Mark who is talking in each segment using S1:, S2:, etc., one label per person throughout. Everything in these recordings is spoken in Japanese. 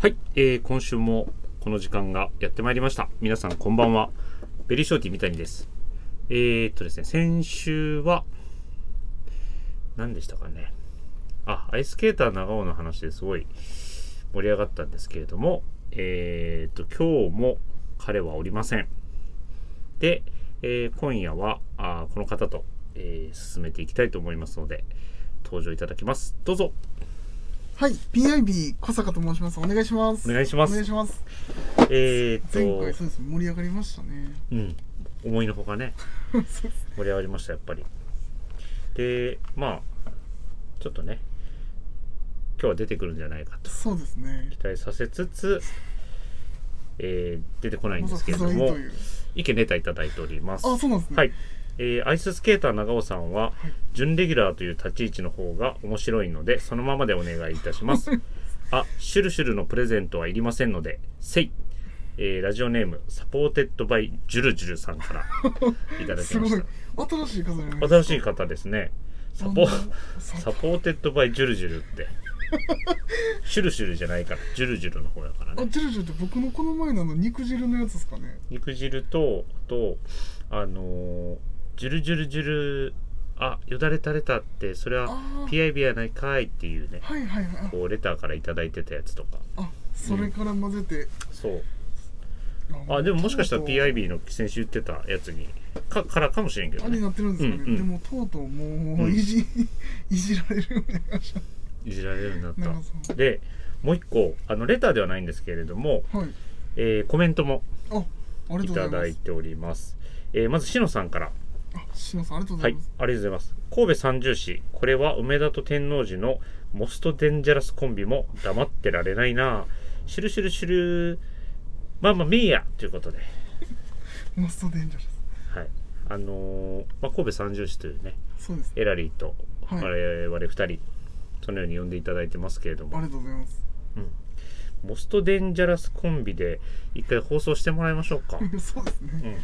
S1: はい、えー今週もこの時間がやってまいりました。皆さんこんばんは。ベリーショーティー三谷です。えー、っとですね、先週は、何でしたかね。あ、アイスケーター長尾の話ですごい盛り上がったんですけれども、えー、っと、今日も彼はおりません。で、えー今夜はあーこの方と、えー進めていきたいと思いますので、登場いただきます。どうぞ。
S2: はい、PIB 小坂と申します。お願いします。
S1: お願いします
S2: お願いします。
S1: えー、っと、
S2: 前回そうですね、盛り上がりましたね。
S1: うん、思いのほかね盛り上がりましたやっぱりでまあちょっとね今日は出てくるんじゃないかと
S2: そうですね。
S1: 期待させつつ、えー出てこないん
S2: ま
S1: で
S2: さ
S1: すけ
S2: 不
S1: れど
S2: 在
S1: も
S2: という。
S1: 意見レターいただいております
S2: あ、そうなんですね。
S1: はい、えーアイススケーター長尾さんは準レギュラーという立ち位置の方が面白いのでそのままでお願いいたし ますあシュルシュルのプレゼントはいりませんのでせい、えーラジオネームサポーテッドバイジュルジュルさんからいただき
S2: す
S1: ま
S2: ご
S1: し
S2: い
S1: た。
S2: 新しい方じゃない
S1: 新しい方ですねサポ
S2: あの
S1: サポーテッドバイジュルジュルってシュルシュルじゃないからジュルジュルの方やからね
S2: あ、ジェルジェルって僕のこの前のあの肉汁のやつですかね。
S1: 肉汁とあとあのージュルジュルジュルあよだれ垂れたってそれは
S2: あー
S1: PIB やないかいっていうね
S2: はいはいはい。
S1: こうレターから頂いただいてたやつとか
S2: あ、あそれから混ぜて。
S1: そうあでももしかしたら PIB の先週言ってたやつにかからかもしれんけど
S2: あに
S1: ね
S2: なってるんですかね。
S1: うんうん
S2: でもとうとうもういじ、 いじられるようになりました。
S1: いじられるようになっ
S2: なるほ
S1: たでもう一個あのレターではないんですけれども、
S2: はい。
S1: えーコメントも
S2: あ、あり
S1: い
S2: がとう
S1: た
S2: ござ
S1: だ
S2: い
S1: いておりますえーまずしのさんから
S2: ます。あ、篠さんありがとうござ
S1: はいい
S2: ます。、
S1: ありがとうございます。神戸三重市、これは梅田と天王寺のモストデンジャラスコンビも黙ってられないなぁ。シュルシュルシュル、まあまあ、ミーヤということで、
S2: マストデンジャラス。
S1: はい。あのーまあ、神戸三重市というね、
S2: そうです。
S1: エラリーと
S2: はい
S1: 我々二人、そのように呼んでいただいてますけれど
S2: あ
S1: も、
S2: りがとうございます。
S1: モストデンジャラスコンビで一回放送してもらいましょうか。うん。
S2: そうです ね。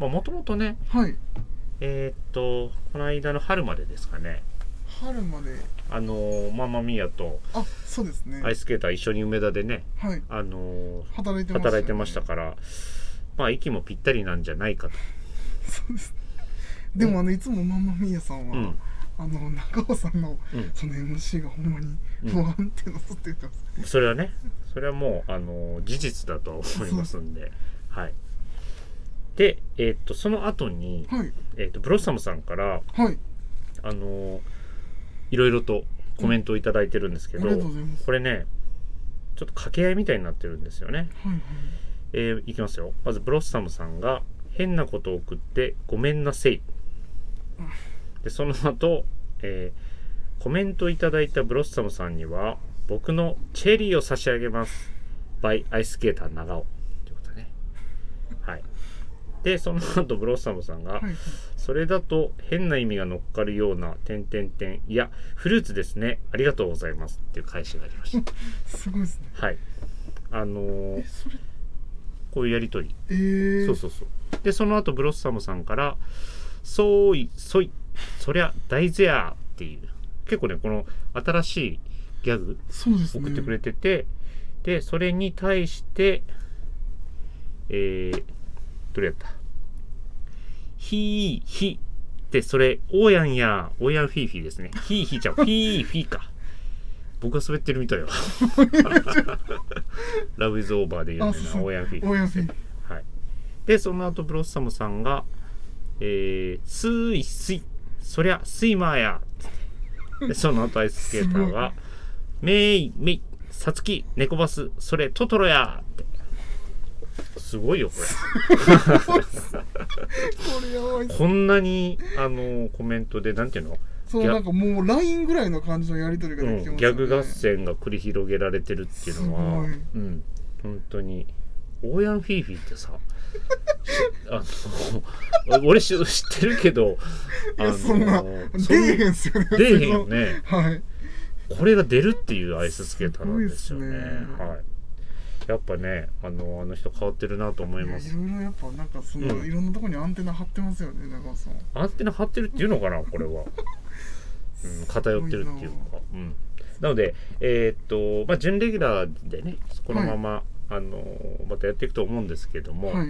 S1: まあ、もともとね、
S2: はい。
S1: えーっと、この間の春までですかね、
S2: 春まで。
S1: あのー、ママミーヤと、
S2: あ、そうですね。
S1: ア
S2: は
S1: イスケーター一緒に梅田でね、
S2: い。
S1: あのー
S2: 働いてました、
S1: 働いてましたから、まあ息もぴったりなんじゃないかと。
S2: そうです。でも、あの、いつもマンマミーヤさんは、
S1: うん
S2: あの、中尾さんの、
S1: うん
S2: その MC がほんまに不安定なずって言ってます。
S1: それはね、それはもう、あのー事実だとは思いますんで、はい。で、えーっと、その後に、
S2: はい。
S1: えーっと、ブロッサムさんから、
S2: はい。
S1: あのーいろいろとコメントをいただいてるんですけ
S2: あ
S1: ど、
S2: りがとうございます。
S1: これね、ちょっと掛け合いみたいになってるんですよね。
S2: はいはい。
S1: えーいきますよ。まず、ブロッサムさんが、変なことを送って、ごめんなせい。で、その後、えーコメントいただいたブロッサムさんには、僕のチェリーを差し上げます。by アイスケーター長尾。ということね。はい。で、その後、ブロッサムさんが、
S2: はいはい。
S1: それだと変な意味が乗っかるような、点点点。いや、フルーツですね。ありがとうございます。っていう返しがありま した。
S2: すごいですね。
S1: はい。あの
S2: え、
S1: ー
S2: それ、
S1: こういうやりとり。
S2: えー、
S1: そうそうそう。で、その後、ブロッサムさんから、そうい、そい、そりゃ、大ゼアっていう、結構ね、この新しいギャグ
S2: そうですね。
S1: 送ってくれてて、で、それに対して、えー、どれやったひーひって、それ、おーやんや、おーやんフィーフィーですね。ひーひーちゃん、ひーフィーか。僕が滑ってるみたいよ。 ラブイズオーバーで有名
S2: あ、
S1: な
S2: そうそう。
S1: おーやんフィーフィー
S2: おやんフィー。
S1: はい、でその後ブロッサムさんが「えー、スイスイそりゃスイマーや」でその後アイススケーターが「メイメイサツキネコバスそれトトロや」ってすごいよこ
S2: これやばいっ
S1: れ
S2: す。
S1: こんなにあのコメントでなんていうの、
S2: そのなんかもう LINE ぐらいの感じのやりとりが
S1: う
S2: できてま
S1: ん
S2: した、ね
S1: ギャグ合戦が繰り広げられてるっていうのは、
S2: すごい
S1: うん、本当にオーヤンフィーフィーって さあの 俺し知ってるけど
S2: いや、そんな、
S1: そ
S2: 出
S1: ん
S2: えへんっすよね。
S1: 出えへんよね
S2: はい。
S1: これが出るっていうアイススケーターなんですよね
S2: すごいっすね
S1: はい、やっぱねあのあの人変わってるなと思い
S2: いや
S1: ま
S2: い
S1: す
S2: ろいろやっぱなんかその、
S1: うん
S2: いろんなところにアンテナ張ってますよね中尾さん
S1: アンテナ張ってるっていうのかなこれは、うん、偏ってるっていうか、うん、なので、えーっと、まあ、準レギュラーでね、このまま、あの、またやっていくと思うんですけれども、
S2: はい。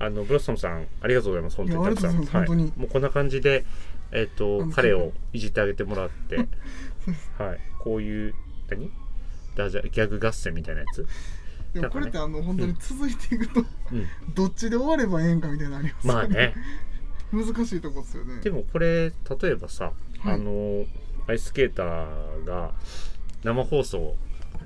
S1: あの、ブロッサムさん、ありがとうございます。本当に
S2: いや
S1: たくさん。
S2: ありがとうございま
S1: はい
S2: す本当
S1: もうこんな感じで、えーっ
S2: あ
S1: と、
S2: の
S1: 彼をいじってあげてもら って、はい、こういう、何ダジャギャグ合戦みたいなやつ、
S2: でもこれってあの本当に続いていくと、
S1: うん、
S2: どっちで終わればええんかみたいなのありますよ
S1: まあね。
S2: 難しいとこですよね。
S1: でもこれ例えばさ、
S2: はい
S1: あのアイススケーターが生放送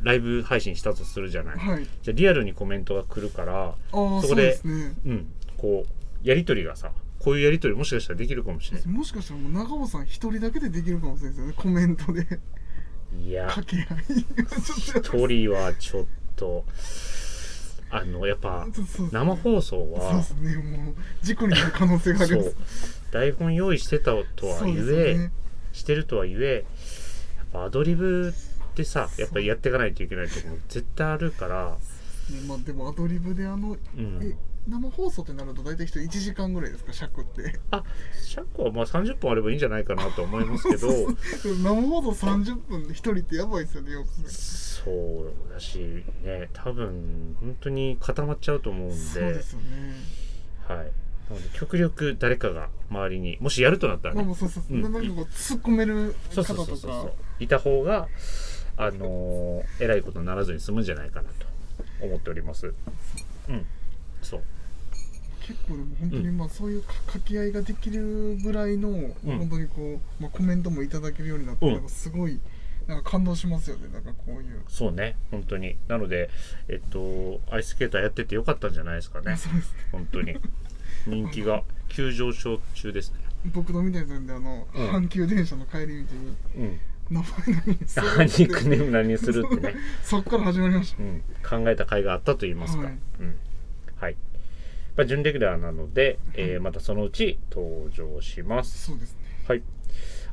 S1: ライブ配信したとするじゃない、
S2: はい。
S1: じゃあリアルにコメントが来るから
S2: ああ
S1: そ
S2: そ
S1: こ
S2: うで
S1: です
S2: ね。
S1: うんこうやり取りがさこういうやり取りもしかしたらできるかもしれな
S2: もしかしたらもう長尾さん一人だけでできるかもしれないですよね。コメントで
S1: いいや
S2: 掛け合い。ちょっと
S1: 一人はちょっとあのやっぱ
S2: ちょっとそう
S1: 生放送
S2: そうで
S1: は
S2: すね。もう事故になる可能性があり
S1: そ
S2: ます
S1: う。台本用意してたとは
S2: そう
S1: ゆ
S2: で
S1: え、
S2: すね。
S1: してるとはいえやっぱアドリブってさやっぱりやっていかないといけないところも絶対あるから、
S2: ねまあでもアドリブであの
S1: うん
S2: え、生放送ってなると大体人1時間ぐらいですか尺って
S1: あ尺はまあ30分あればいいんじゃないかなと思いますけど
S2: 生放送30分で1人ってやばいですよねよくね
S1: そうだしね多分本当に固まっちゃうと思うんで
S2: そうですよね
S1: はい、なので極力誰かが周りにもしやるとなったら
S2: まあ
S1: ね、
S2: もうそうそうそう
S1: うん
S2: なんかこう突っ込める
S1: そ
S2: 方
S1: うそうそう
S2: と
S1: そうそ
S2: か
S1: ういた方があのーえらいことにならずに済むんじゃないかなと思っておりますうんそう
S2: 結構でも本当にまあそういうか掛け合いができるぐらいの
S1: ん
S2: 本当にこうまあコメントもいただけるようになって
S1: うん
S2: なんかすごいなんか感動しますよねなんかこういう
S1: そうね本当になのでえっとアイススケーターやっててよかったんじゃないですかね
S2: あそうですね
S1: 本当に人気が急上昇中ですね
S2: 僕のみたいなんであの
S1: うん
S2: 阪急電車の帰り道に
S1: うん
S2: 名前何にする
S1: ニックネーム何にするってね、
S2: そっから始まりました
S1: うん、考えた甲斐があったと言いますか、
S2: はい
S1: うんはいまあ準レギュラーなので、えーまたそのうち登場します
S2: そうですね
S1: はい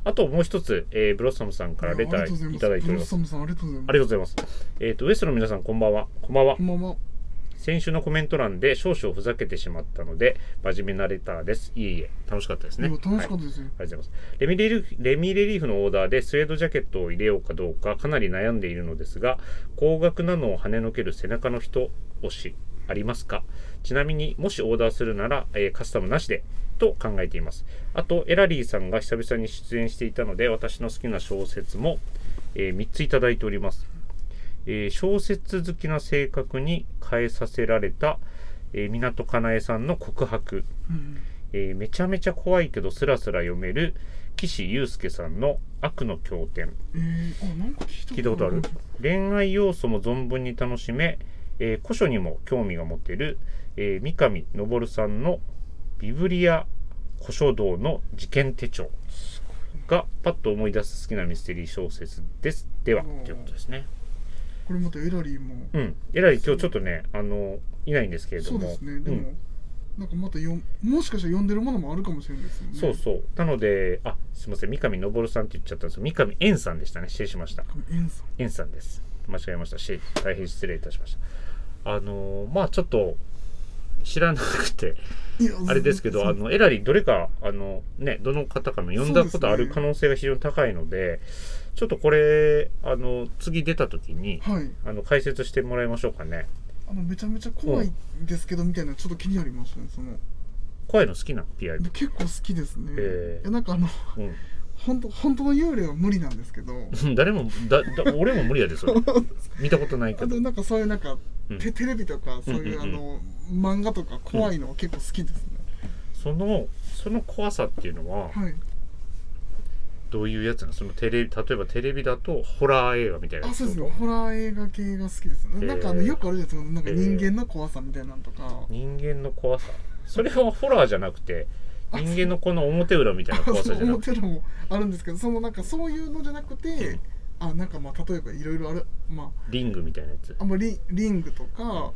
S1: あともう一つ、えーブロッサムさんからレタ
S2: ありがとう
S1: ーい
S2: ござます
S1: ただいております
S2: ブロッサムさんありがとうございま
S1: あり
S2: す
S1: がとうございますえっ、とウエストの皆さんこんばんはこんばんは
S2: こんばんは
S1: 先週のコメント欄で少々ふざけてしまったので真面目なレターですいえいえ楽しかったですね
S2: いや楽しかったですよ、
S1: ありがとうございますレミレリレミレリーフのオーダーでスウェードジャケットを入れようかどうかかなり悩んでいるのですが高額なのを跳ねのける背中の人推しありますかちなみにもしオーダーするなら、えーカスタムなしでと考えていますあとエラリーさんが久々に出演していたので私の好きな小説も、え3ついただいております、えー小説好きな性格に変えさせられた、えー港かなえさんの告白
S2: うん
S1: えーめちゃめちゃ怖いけどスラスラ読める岸優介さんの「悪の経典
S2: えー、あなんか聞」
S1: 聞
S2: い
S1: いたこ
S2: たこ
S1: とと
S2: あ
S1: あ
S2: る
S1: る恋愛要素も存分に楽しめ、えー古書にも興味が持てる、えー三上昇さんの「ビブリア古書道の事件手帳」がパッと思い出す好きなミステリー小説ですでは
S2: うん
S1: ということですね
S2: これまたエラリーも、
S1: うんえらい今日ちょっとねあのいないんですけれど
S2: そう
S1: も
S2: ですねで
S1: う
S2: も、
S1: ん
S2: なんかまたよんもしかしたら読んでるものもあるかもしれないですよね
S1: そうそうなのであすいません三上昇さんって言っちゃったんです三上円さんでしたね失礼しました
S2: このエンさん
S1: エンさんです。間違えましたし、大変失礼いたしました。あのーまあちょっと、知らなくて、
S2: いや
S1: あれですけど、あ
S2: そう
S1: の、エラリーどれか、あの、ね、どの方かも呼んだことあ
S2: そうです
S1: る
S2: ね
S1: 可能性が非常に高いので、ちょっとこれ、あの、次出た時に、
S2: はい
S1: あの、解説してもらいましょうかね。
S2: あのめちゃめちゃ怖いですけどみたいなちょっと気になりましたねその
S1: 怖いの好きなの ?PI
S2: で。結構好きですね、
S1: えー
S2: いやなんかあの
S1: うん
S2: 本当本当の幽霊は無理なんです けど
S1: うん。誰も、だ、だ俺も無理やで、 それ。見たことないけ
S2: あ
S1: ど
S2: と。なんかそういうなんか、
S1: うん
S2: テテレビとかそういう、
S1: うんうん
S2: あの漫画とか怖いのは結構好きですね、
S1: その、その怖さっていうのは、
S2: はい
S1: どういうやつなのそのテレビ、例えばテレビだと、ホラー映画みたいなや
S2: あ
S1: つ
S2: そうですねホラー映画系が好きです、
S1: ー
S2: なんかあのよくあるじゃないですかなんか人間の怖さみたいなのとか、
S1: 人間の怖さそれはホラーじゃなくて人間のこの表裏みたいな怖
S2: あそ
S1: さ
S2: う
S1: じゃな
S2: 思っ
S1: くて
S2: てるのもあるんですけどそのなんかそういうのじゃなくて、
S1: うん
S2: あなんかまあ例えばいろいろあるま
S1: リングみたいなやつ
S2: ああんまりリングとか、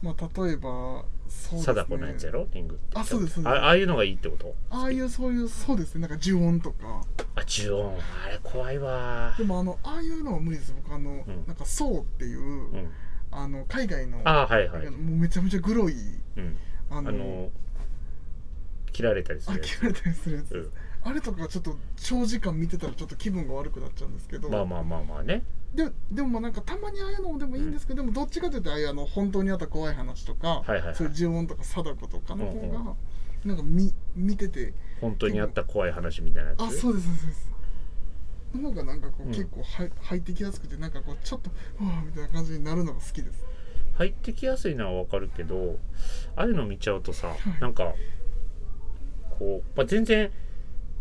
S2: まあ例えばそうですね
S1: 貞子のやつやろリングって
S2: あそうですそうです
S1: あああいうのがいいってこと
S2: ああいうそういうそうですねなんか呪音とか
S1: あ呪音あれ怖いわ
S2: でもあのああいうのは無理です僕あの、
S1: うん
S2: なんかそうっていう、
S1: うん
S2: あの海外の
S1: あはいはい
S2: もうめちゃめちゃグロい
S1: うん
S2: あ
S1: あ
S2: の
S1: の切られたりす
S2: あ
S1: るや
S2: 切
S1: つ
S2: られたりするやつ、
S1: うん
S2: あれとかちょっと長時間見てたらちょっと気分が悪くなっちゃうんですけど、
S1: まあまあまあまあね
S2: ででもまあなんかたまにああいうのもでもいいんですけど、でもどっちかというとああいうあの本当にあった怖い話と
S1: は
S2: か、
S1: いはいはい
S2: そういう呪文とか貞子とかの方が、
S1: うん
S2: なんか見見てて
S1: 本当にあった怖い話みたいなやつ
S2: あそうですそうですそうですの方がなんかこう、
S1: うん
S2: 結構は入ってきやすくてなんかこうちょっとうわーみたいな感じになるのが好きです
S1: 入ってきやすいのはわかるけどああいうの見ちゃうとさなんかこう、まあ、全然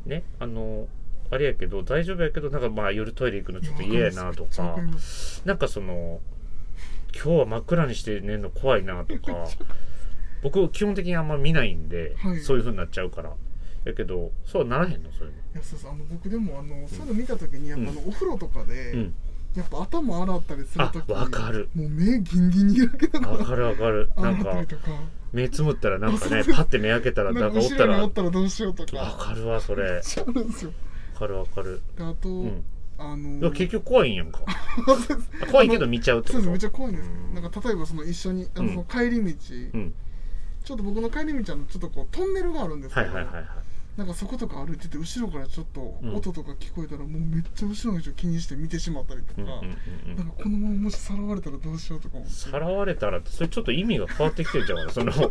S1: ねあのあれやけど大丈夫やけどなんかまあ夜トイレ行くのちょっと嫌やなと
S2: いやわ
S1: か
S2: かります
S1: なんかその今日は真っ暗にして寝るの怖いなと か僕基本的にあんま見ないんで、
S2: はい
S1: そういう風になっちゃうからやけどそうはならへんのそれも、
S2: いやそうそうあの僕でもあのそういうの見た時にやっぱあの、お風呂とかで、
S1: うん、
S2: やっぱ頭洗ったりする
S1: あ
S2: 時
S1: わかる
S2: もう目ギンギンに開けなが
S1: わ
S2: ら
S1: かるわかるな
S2: 洗
S1: ん
S2: った
S1: か
S2: りとか
S1: 目つむったらなんか ねパッて目開けたら
S2: な
S1: なんん
S2: か
S1: かおっ
S2: 後
S1: た
S2: ろに
S1: ら
S2: あ
S1: わ
S2: ったらどうしようとか
S1: かるわそれ
S2: めっちゃあるんですよ
S1: わかるわかる
S2: であと、
S1: うん
S2: あ
S1: だ
S2: の
S1: から結局怖いんや んかあ怖いけど見ちゃうって
S2: そ
S1: こと
S2: うですめっちゃ怖いんですけ
S1: うん
S2: どなんか例えばその一緒にあの
S1: うん
S2: その帰り道、
S1: うん
S2: ちょっと僕の帰り道あのちょっとこうトンネルがあるんですけ
S1: は
S2: ど、
S1: いはいはいはい
S2: なんかそことか歩いてて後ろからちょっと
S1: うん
S2: 音とか聞こえたら、もうめっちゃ後ろの人気にして見てしまったりとか、
S1: うんうんうんう
S2: なん
S1: ん
S2: かこのままもしさらわれたらどうしようとか思って
S1: さらわれたらってそれちょっと意味が変わってきてるじゃんそのホ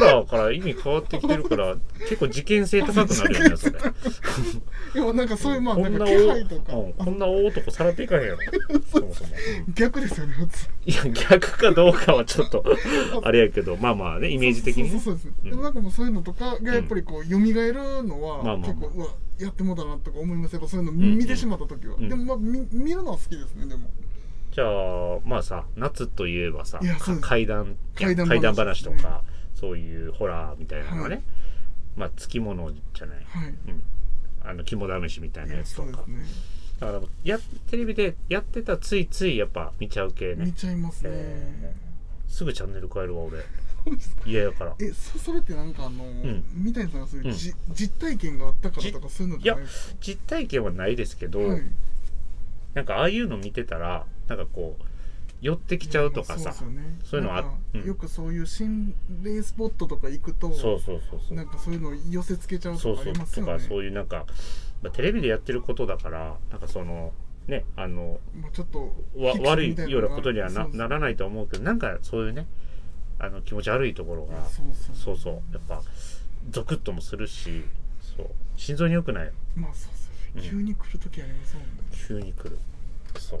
S1: ラーから意味変わってきてるから結構事件性高くなるよねそれ
S2: でもなんか そういうまあ
S1: こ
S2: なん
S1: ん
S2: か
S1: な
S2: 気配とか、
S1: 大うんこんな大男さらっていか へんやろそもそも、うん
S2: 逆ですよね普通
S1: いや逆かどうかはちょっ とあれやけどまあまあねイメージ的にね
S2: そうそうそうです、
S1: うん
S2: でもなんかもうそういうのとかがやっぱりこう蘇るのは、
S1: まあまあまあ
S2: 結構うわやってもうたなとか思いますやっぱそういうの
S1: んうん
S2: 見てしまった時は、
S1: うん
S2: でもまあ見見るのは好きですねでも
S1: じゃあまあさ夏といえばさ
S2: いやそ
S1: か
S2: うです
S1: 怪談
S2: 怪談話
S1: 怪談話とか、そういうホラーみたいなのがね、
S2: はい
S1: まあつきものじゃない
S2: はい
S1: あの肝試しみたい
S2: い
S1: なや
S2: や
S1: つと
S2: そうで
S1: か
S2: すね
S1: だからやテレビでやってたらついついやっぱ見ちゃう系
S2: 見
S1: ね
S2: ちゃいますね、
S1: えすぐチャンネル変えるわ俺
S2: そうです
S1: 嫌やから
S2: えそそれってなんかあの、
S1: ん
S2: 三谷さんがそういう、
S1: うん
S2: じ実体験があったからとかそういうのじゃないです
S1: 実体験はないですけ
S2: か
S1: ど、
S2: はい
S1: なんかああいうの見てたらなんかこう寄ってきちゃうとかさ、
S2: まあそうですよね
S1: そういうのあ
S2: なんか
S1: うん
S2: よくそういう心霊スポットとか行くと
S1: そうそうそうそう
S2: なんかそういうの寄せつけちゃう
S1: そ
S2: と
S1: う
S2: かあ
S1: そう
S2: ります
S1: と
S2: よ
S1: か
S2: ね
S1: そういうなんか、まあ、テレビでやってることだからなんかそのねあの
S2: まあちょっと
S1: わ
S2: フィクション
S1: 悪
S2: みたない
S1: よ
S2: の
S1: う
S2: が
S1: なことにはな
S2: そうそう
S1: ならないと思うけどなんかそういうねあの気持ち悪いところが
S2: そうそう
S1: そうそうやっぱゾクッともするしそう心臓に良くないよ
S2: まあそうそううん急に来るときありますもんね、
S1: 急に来るそう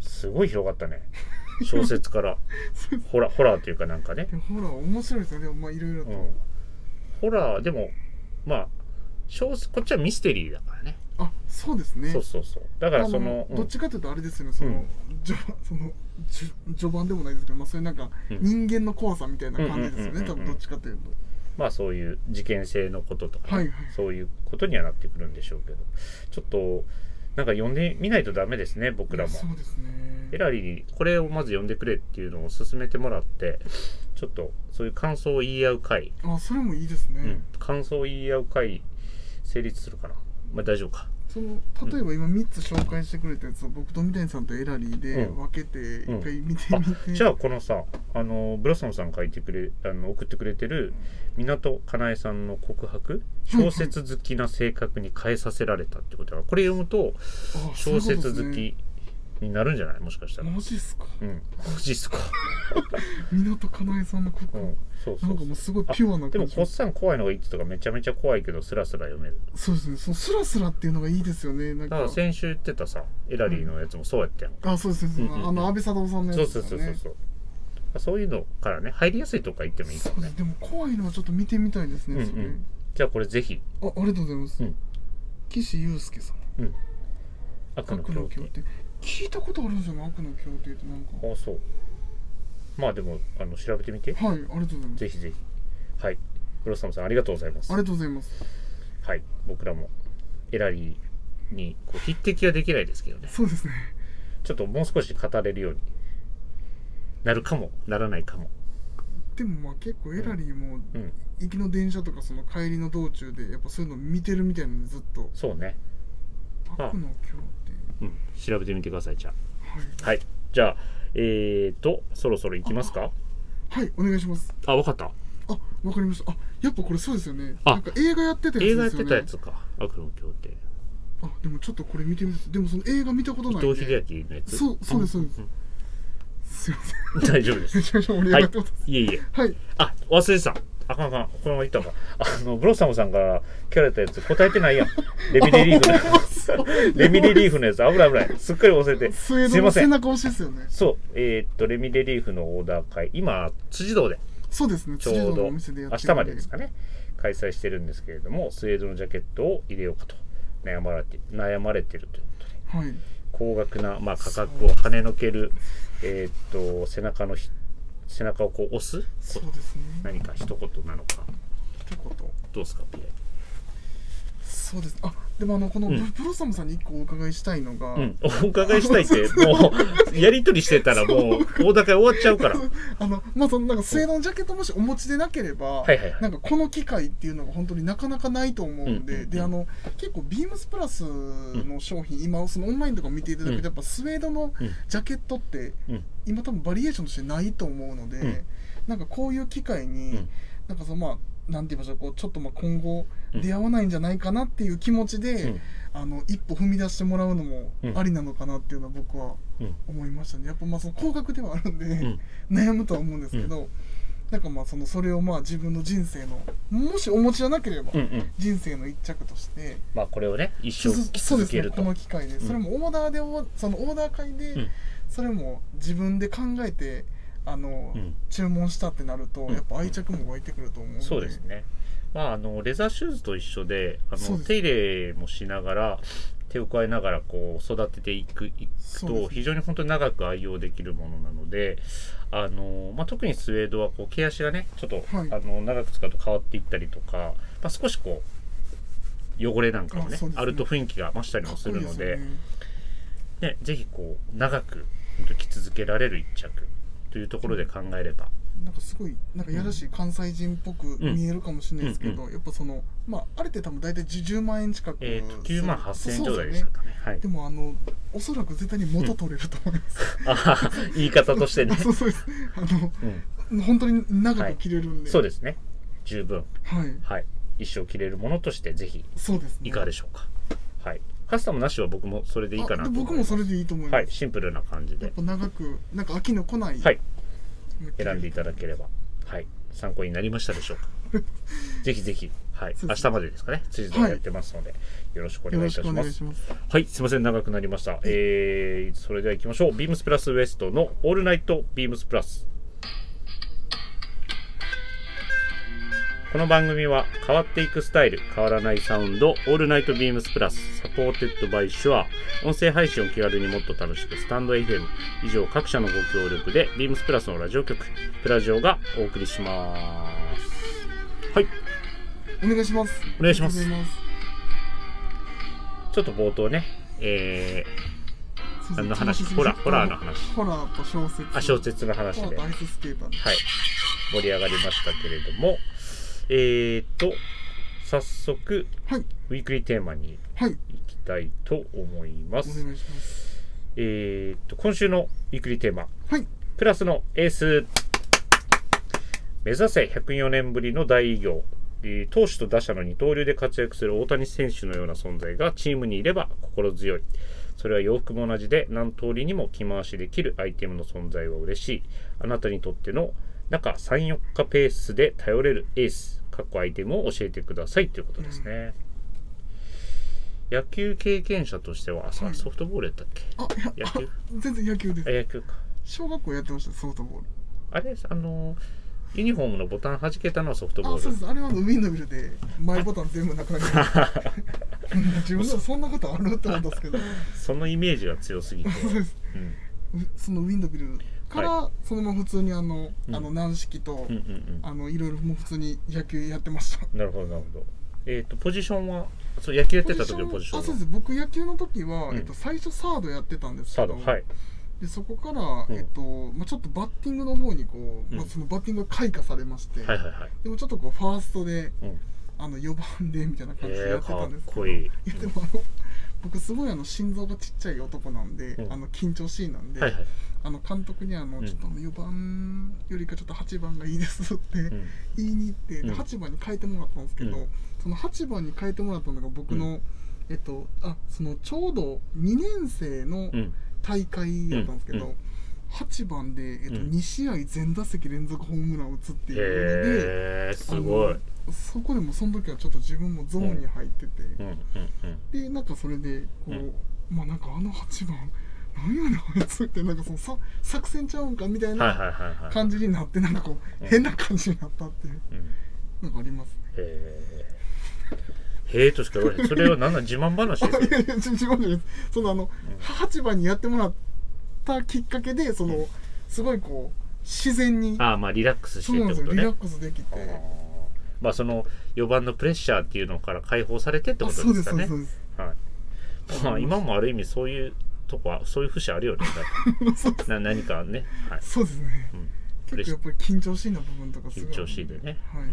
S1: すごい広がった ね小説からホラホラーっていうかなんかね、
S2: でもホラー面白いですよねでもまあいろいろと、
S1: うん、ホラーでもまあ小説こっちはミステリーだからね
S2: あそうですね
S1: そうそうそうだからその
S2: あどっちかというとあれですよねその、
S1: うん
S2: 序盤そのじゅ序盤でもないですけど、まあ、そういうなんか
S1: うん
S2: 人間の怖さみたいな感じです
S1: う
S2: よ
S1: んうん
S2: ね
S1: うんう
S2: 多
S1: んうん
S2: 分どっちかというと
S1: まあそういう事件性のこととか、ね
S2: はいはい
S1: そういうことにはなってくるんでしょうけどちょっとなんか読んでみないとダメですね僕らも
S2: そ。うですね
S1: エラリーにこれをまず読んでくれっていうのを勧めてもらってちょっとそういう感想を言い合う会、
S2: あそれもいいですね、
S1: うん感想を言い合う会成立するかなまあ大丈夫か
S2: その例えば今3つ紹介してくれたやつを僕と三谷さんとエラリーで
S1: うん
S2: 分けて
S1: うん
S2: 一回見て
S1: あ
S2: みて、
S1: じゃあこのさあのブラソンさん書いてくれあの送ってくれてる港かなえさんの告白小説好きな性格に変えさせられたってことだからこれ読むと
S2: あそうい
S1: 小
S2: うことです
S1: 説好
S2: ね
S1: きになるんじゃないもしかしたら。
S2: マジっすか
S1: うん、マジっすか。
S2: 港かなえさんのこ
S1: う
S2: こ、
S1: ん、そう
S2: な
S1: そ
S2: ん
S1: う
S2: かもう
S1: そ
S2: すごいピュアな
S1: う。で
S2: 感
S1: も、
S2: じ
S1: こっさん怖いのがいいってとか、めちゃめちゃ怖いけど、スラスラ読める。
S2: そうですねそのスラスラっていうのがいいですよねな
S1: だ
S2: ん
S1: か、
S2: から
S1: 先週言ってたさ、エラリーのやつもそうやったやんか。
S2: あそうですそうです、
S1: うんうん
S2: あの安倍サダヲさんの
S1: そ
S2: や
S1: う
S2: つ
S1: そう
S2: です
S1: そ
S2: よ
S1: うそう
S2: ね
S1: そう。そういうのからね、入りやすいとか言ってもいいか
S2: そう
S1: も
S2: で
S1: ね
S2: す。でも怖いのはちょっと見てみたいです
S1: う
S2: ね、
S1: ん
S2: それ
S1: うんじゃあ、これぜひ、
S2: あありがとうございます、
S1: うん
S2: 岸優介さん
S1: 悪の
S2: 悪の
S1: 狂
S2: 協
S1: 気。
S2: 定聞いたことあるんですよね悪の協定ってなんか
S1: あ、そう。まあ、でも、あの、調べてみて。
S2: はいありがとうございます
S1: ぜひぜひ。はい。ブロッサムさん、ありがとうございます
S2: あり。がとうございます
S1: はい。僕らも、エラリーに、こう、匹敵はできないですけどね。
S2: そうですね
S1: ちょっともう少し語れるようになるかもならないかも、
S2: でもまあ結構エラリーも
S1: うん、
S2: 行きの電車とかその帰りの道中でやっぱそういうの見てるみたいなんでずっと
S1: そうね、あ
S2: 悪の協定
S1: うん、調べてみてくださいじゃ
S2: は
S1: あはいじゃあえーとそろそろ行きますか
S2: い、はい、お願いします
S1: あわかった
S2: あわかりましたあやっぱこれそうですよね
S1: あ
S2: なんか映画やってたやつです
S1: 映
S2: よね
S1: 画やってたやつか悪の協定
S2: あでもちょっとこれ見てみますでもその映画見たこと
S1: 伊
S2: ないんで
S1: 藤英明のやつ
S2: そうそうですそうです
S1: ん
S2: すいません
S1: 大丈夫で
S2: め
S1: す
S2: ちゃめちゃ盛り上
S1: は
S2: が
S1: い
S2: ってます
S1: いえいえ
S2: はい
S1: あ忘れてたあかんあかんこのまま言ったのかあのブロッサムさんから聞かれたやつ答えてないやんレミレリー フのレミレリーフのやつ危ない危ないすっかり忘れて
S2: スウェー
S1: すい
S2: ド
S1: ま
S2: の
S1: せ
S2: 背
S1: ん
S2: 中押しですよね
S1: そうえーっとレミレリーフのオーダー会今辻堂で
S2: そうですね
S1: ちょう
S2: 辻堂の
S1: ど
S2: お
S1: 明
S2: 店でやって
S1: 日
S2: るん
S1: までですかね開催してるんですけれどもスウェードのジャケットを入れようかと悩まれて悩まれてるということで
S2: はい
S1: 高額な、まあ、価格を跳ねのける、えーっと背中のひ背中をこう押す
S2: そ
S1: こ
S2: うですね
S1: 何か一言なのか
S2: ってこと
S1: どうですかピエ
S2: そうですあでもあのこの
S1: う
S2: ブ
S1: ん
S2: ブロッサムさんに一個お伺いしたいのが、
S1: うん、お伺いしたいって、 もう、やりとりしてたら、 もう、大高い終わっちゃうから。
S2: あのまあそのなんかスウェードのジャケットもしお持ちでなければ、
S1: はいはいはい
S2: なんかこの機会っていうのが本当になかなかないと思うんで、
S1: うんうんうん
S2: であの結構ビームスプラスの商品、今そのオンラインとか見ていただく
S1: うん
S2: とやっぱスウェードの
S1: うん
S2: ジャケットって
S1: うん
S2: 今多分バリエーションとしてないと思うので、
S1: うん
S2: なんかこういう機会に、
S1: うん
S2: なんかそのまあなんて言いましょうこうちょっとまあ今後
S1: うん
S2: 出会わないんじゃないかなっていう気持ちで、
S1: うん
S2: あの一歩踏み出してもらうのも
S1: うん
S2: ありなのかなっていうのは僕は
S1: うん
S2: 思いましたねやっぱまあその高額ではあるんで、
S1: うん
S2: 悩むとは思うんですけど、なんかまあそのそれをまあ自分の人生のもしお持ちじゃなければ、
S1: うんうん。
S2: 人生の一着として
S1: まあ、これをね、一生
S2: 続
S1: 着
S2: そうで
S1: 続
S2: す
S1: け
S2: ね
S1: る。
S2: ことの機会で、
S1: ん
S2: それもオーダーでおそのオーダー会で、
S1: うん
S2: それも自分で考えてあの、
S1: うん
S2: 注文したってなると、
S1: うん
S2: やっぱ愛着も湧いてくると思うので
S1: そうですね。まあ、あの、レザーシューズと一緒で、あ
S2: そう
S1: の、
S2: です
S1: 手入れもしながら、手を加えながら、こう、育てていく、いく
S2: そうです
S1: と、
S2: ね
S1: 非常に本当に長く愛用できるものなので、あの、まあ、特にスウェードは、こう、毛足がね、ちょっと、
S2: はい
S1: あの、長く使うと変わっていったりとか、まあ、少しこう、汚れなんかも
S2: あ
S1: ね
S2: そうですね
S1: あると雰囲気が増したり
S2: か
S1: も
S2: っ
S1: す
S2: こい
S1: る
S2: いで
S1: の
S2: す
S1: で
S2: よね
S1: ね、ぜひこう長く本当に着続けられる一着というところで考えれば、
S2: なんかすごいなんかやらしい関西人っぽく見えるかもしれないですけど、
S1: うんうん
S2: やっぱそのまああれって多分大体 10, 万円近く
S1: えー、と9万8000円上
S2: そうそう
S1: 台
S2: で
S1: ですし
S2: よ
S1: たか
S2: ね
S1: ね。はい
S2: で、もあのおそらく絶対に元取れると思います、、
S1: あはは言い方としてね
S2: そうそうですあ
S1: うん、
S2: の本当に長く着れるんで、
S1: そう
S2: で
S1: ですね十分、
S2: すはい
S1: はい、一生着れるものとしてぜひ
S2: そうです、ね、
S1: いかがで
S2: し
S1: しょうか、はい、カスタムなしは僕もそれで
S2: ょ
S1: いいかなと思います
S2: 僕もそれでいいと思います、
S1: はい、シンプルな感じ
S2: やっ
S1: で、
S2: ぱ長くなんか飽きの来ない、
S1: はい、選んでいただければ、はい、参考になりましたでしょう かぜひぜひ、はい、
S2: そ
S1: 明
S2: うです
S1: 日までですかね辻堂やってますので、よろしくお
S2: よ
S1: 願い
S2: ろ
S1: い
S2: したく
S1: し
S2: お
S1: ま
S2: 願い
S1: す
S2: します
S1: はい、すいません、長くなりました。えー、それでは行きましょう。ビームスプラスウエストのオールナイトビームスプラス。この番組は変わっていくスタイル、変わらないサウンド、オールナイトビームスプラス、サポーテッドバイシュア、音声配信を気軽にもっと楽しく、スタンド FM、以上各社のご協力で、ビームスプラスのラジオ局、プラジオがお送りします。はい、
S2: お願いします
S1: お願いします
S2: ありがとう
S1: ちょっと冒頭ね、え
S2: ござい
S1: 何
S2: ます
S1: の話ホラーホラーの話
S2: ホラーと小説
S1: ー、あ、小説の話
S2: ホラー
S1: で
S2: と。アイススケーター
S1: はい、盛り上がりましたけれども、えーと、早速、
S2: はい
S1: ウィークリーテーマに
S2: はい
S1: 行きたいと思いま
S2: お
S1: す。
S2: 願いします
S1: えーと、今週のウィークリーテーマ、
S2: はい
S1: プラスのエース。目指せ104年ぶりの大偉業。えー投手と打者の二刀流で活躍する大谷選手のような存在がチームにいれば心強い。それは洋服も同じで何通りにも着回しできるアイテムの存在は嬉しい。あなたにとっての中3、4日ペースで頼れるエース、かっこアイテムを教えてくださいということですね。野球経験者としては、あ
S2: はい
S1: ソフトボールやったっけ
S2: あいや
S1: 野球
S2: あ全然野球です
S1: あ野球か。
S2: 小学校やってましたソフトボール
S1: あれあのユニフォームのボタン弾けたのはソフトボ
S2: あそうで
S1: ー
S2: すあれはあのウィンドミルで前ボタン全部な くなりました
S1: ル
S2: 自分でもそんなことあるって思ったんですけど
S1: そのイメージが強すぎて、
S2: そうです
S1: うん、
S2: そのウィンドミルから、そのまま普通にあの,、
S1: うん
S2: あの軟式と、
S1: うんうん
S2: あのいろいろもう普通に野球やってました
S1: うんなるほどなるほどえっ、とポジションはそう野球やってた時のポジション
S2: あそう
S1: は
S2: です僕野球の時は、
S1: うん
S2: えっと、最初サードやってたんです
S1: サ
S2: け
S1: ー
S2: ど
S1: ドはい
S2: でそこから、
S1: うん
S2: えっとまあ、ちょっとバッティングの方にこう、まあ、
S1: うん
S2: そのバッティングが開花されまして、
S1: はいはいはい、
S2: でもちょっとこうファーストで
S1: うん、
S2: あの4番でみたいな感じで
S1: え
S2: やっ
S1: ー、
S2: てた
S1: かっ
S2: んですけど、
S1: こいい
S2: いやでもあの 僕すごいあの心臓がちっちゃい男なんで、
S1: うん
S2: あの緊張しいなんで、
S1: はいはい、
S2: あの監督にあの、
S1: うん
S2: ちょっとあの4番よりかちょっと8番がいいですって、
S1: うん
S2: 言いに行って、で
S1: うん
S2: 8番に変えてもらったんですけど、
S1: うん
S2: その8番に変えてもらったのが僕の、
S1: う
S2: えっとあそのちょうど2年生の
S1: うん、
S2: 大会やったんですけど、
S1: うんうん
S2: 8番で、えっと
S1: うん
S2: 2試合全打席連続ホームランを打つっていうので、
S1: へえすごい、
S2: あのそこでもその時はちょっと自分もゾーンに入ってて、
S1: うんうんうん、
S2: でなんかそれでこう、
S1: うん
S2: まあなんかあの8番なんやねんあいつってなんかそのさ作戦ちゃうんかみたい
S1: はい
S2: な
S1: はいはいはい、
S2: 感じになってなんかこう
S1: うん
S2: 変な感じになったっていう
S1: うん
S2: のがありますね。
S1: へえ。へえとしか言われない。それは何なん自慢話
S2: あ
S1: で
S2: いやいや違う違うそのあの、八番にやってもらったきっかけでその、
S1: うん
S2: すごいこう自然に
S1: す。ああ、まあリラックスし
S2: そう
S1: て
S2: な
S1: って
S2: んです
S1: こ
S2: よ
S1: と
S2: リラッ
S1: ね。
S2: クスできて、
S1: まあその4番のプレッシャーっていうのから解放されてって
S2: あ
S1: こと
S2: そう
S1: で
S2: ですす
S1: か
S2: そう
S1: ね
S2: です。そうです
S1: はい。まあ今もある意味そういうとこは、そういう節あるよね。だ ってな何かね。はい。
S2: そうですね
S1: うん
S2: 結構やっぱり緊張しいな部分とかすごい
S1: 緊張しいでね
S2: はい、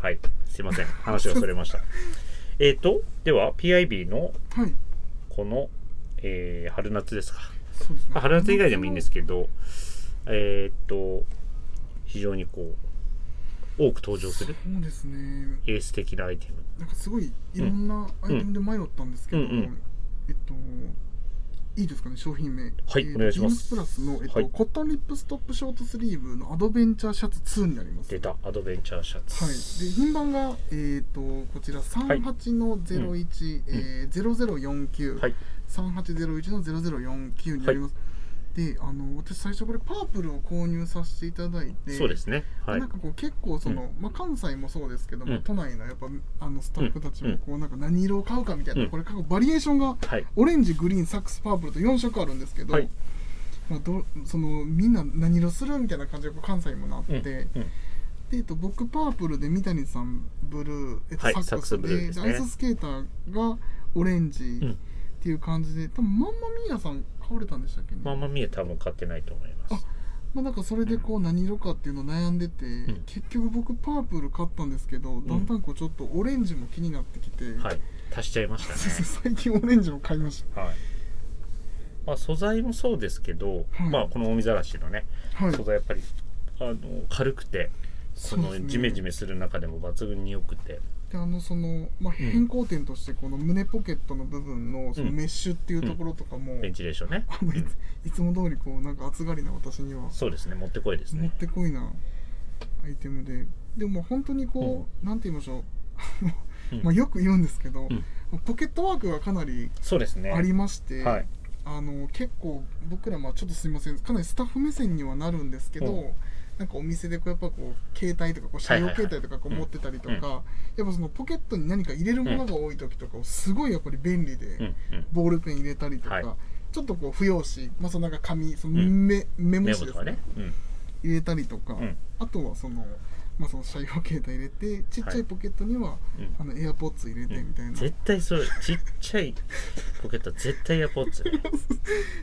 S1: はい。すいませ ん。話がそれました。えっと、では PIB の
S2: はい
S1: この、えー春夏ですか。
S2: そうですね
S1: まあ春夏以外でもいいんですけど、えーっと、非常にこう、多く登場する
S2: そうですね
S1: エース的なアイテム。
S2: なんかすごいいろんなアイテムで迷ったんですけど、
S1: うんうん
S2: えっといいですかね商品名はい
S1: お願いします
S2: ジームスプラスの、えっと
S1: はい
S2: コットンリップストップショートスリーブのアドベンチャーシャツ2になります
S1: 出た、アドベンチャーシャツ。
S2: はい、で品番が、えー、とこちら38の01、えー、0049、
S1: はい
S2: 3801の0049になります、であの私最初これパープルを購入させていただいて
S1: そうですね。はい
S2: な。んかこう結構その、まあ、関西もそうですけども、
S1: うん
S2: 都内のやっぱあのスタッフたちもこうなんか何色を買うかみたいな、
S1: うん
S2: これ結構バリエーションが
S1: はい。
S2: オレンジグリーンサックスパープルと4色あるんですけど,、
S1: はい
S2: まあ、どそのみんな何色するみたいな感じでこう関西もなって。
S1: うんうん
S2: で、えっと、僕パープルで三谷さんブルー、えっと
S1: はい
S2: サックス
S1: サックスブルー
S2: で
S1: ですね
S2: アイススケーターがオレンジ
S1: うん
S2: っていう感じで、多分マンマミーヤさん買われたんでしたっけね、
S1: まあ
S2: ま
S1: まあ見え多分買ってないと思います。
S2: あ、なんかそれでこう何色かっていうのを悩んでて、
S1: ん
S2: 結局僕パープル買ったんですけどだんだんこうちょっとオレンジも気になってきて、
S1: はい。足しちゃいました
S2: そうそう
S1: ね。
S2: 最近オレンジを買いまし
S1: はい。まあ素材もそうですけど、
S2: はい
S1: まあこのおみざらしのね、
S2: たはい
S1: 素材やっぱり、あの、軽くて、そ
S2: そう
S1: の
S2: ですね
S1: ジメジメする中でも抜群に良くて、
S2: であのその、まあ、
S1: うん
S2: 変更点としてこの胸ポケットの部分のそのメッシュっていうところとかも、
S1: ベンチレーションね。
S2: あのいついつも通りこうなんか暑がりな私には
S1: そうですね、もってこいです
S2: もっ
S1: ね。
S2: てこいなアイテムででも本当にこう、なんて言いましょう
S1: うん
S2: まあよく言うんですけど、
S1: うん
S2: ポケットワークがかなり
S1: そうですね。
S2: ありまして、
S1: はい。
S2: あの結構僕らまあちょっとすみませんかなりスタッフ目線にはなるんですけど、
S1: う
S2: なんかお店でこうやっぱこう携帯とかこう車用携帯とかこう持ってたりとか、
S1: はいは
S2: やっぱそのポケットに何か入れるものが多い時とかをすごいやっぱり便利で、
S1: うんうん。
S2: ボールペン入れたりとか、
S1: はい
S2: ちょっとこう不用紙、まあ、そのなんか紙その
S1: うん
S2: メ,、メモ
S1: メモと
S2: 紙です
S1: か
S2: ね
S1: ね。うん。
S2: 入れたりとか、
S1: うん
S2: あとはその,、まあ、その車用携帯入れてちっちゃいポケットには、
S1: うん
S2: あのエアポッツ入れてみたいな、
S1: 絶対それちっちゃいポケットは絶対エアポッツね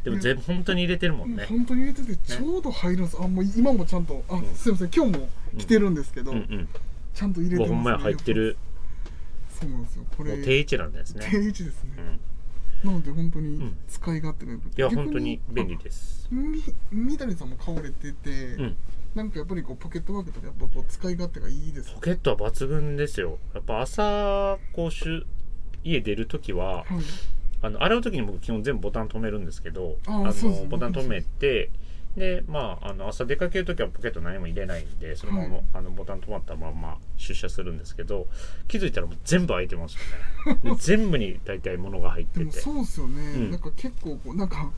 S1: でも全部本当に入れてるもんね
S2: 本当に入れててちょうど入るんです、あもう今もちゃんとあ、
S1: ん
S2: すいません今日も来てるんですけど、
S1: うん
S2: ちゃんと入
S1: う
S2: れ
S1: んも
S2: て
S1: うほ
S2: ます
S1: んまや入ってる
S2: そうなんですよこ
S1: も
S2: れ
S1: う定位置なんです
S2: 定
S1: ね
S2: 位置です
S1: う
S2: ね、
S1: ん
S2: なので本当
S1: う
S2: に
S1: ん
S2: 使い勝手がよくて、
S1: いや本当に便利です
S2: あみ三谷さんも買われてて、
S1: うん
S2: なんかやっぱりこうポケットワークとかやっぱこう使い勝手がいいです
S1: ポケットは抜群ですよやっぱ朝こうしゅ家出る時は
S2: はい、
S1: あの洗う時に僕基本全部ボタン止めるんですけど
S2: あ
S1: の
S2: そうですね
S1: ボタン止めてでまあ、あの朝出かける時はポケット何も入れないんでそのまま、
S2: はい
S1: あのボタン止まったまま出社するんですけど気づいたらもう全部開いてますよね で全部に大体物が入っ
S2: で
S1: て
S2: も
S1: て
S2: そうですよね、
S1: うん
S2: なんか結構こうなんか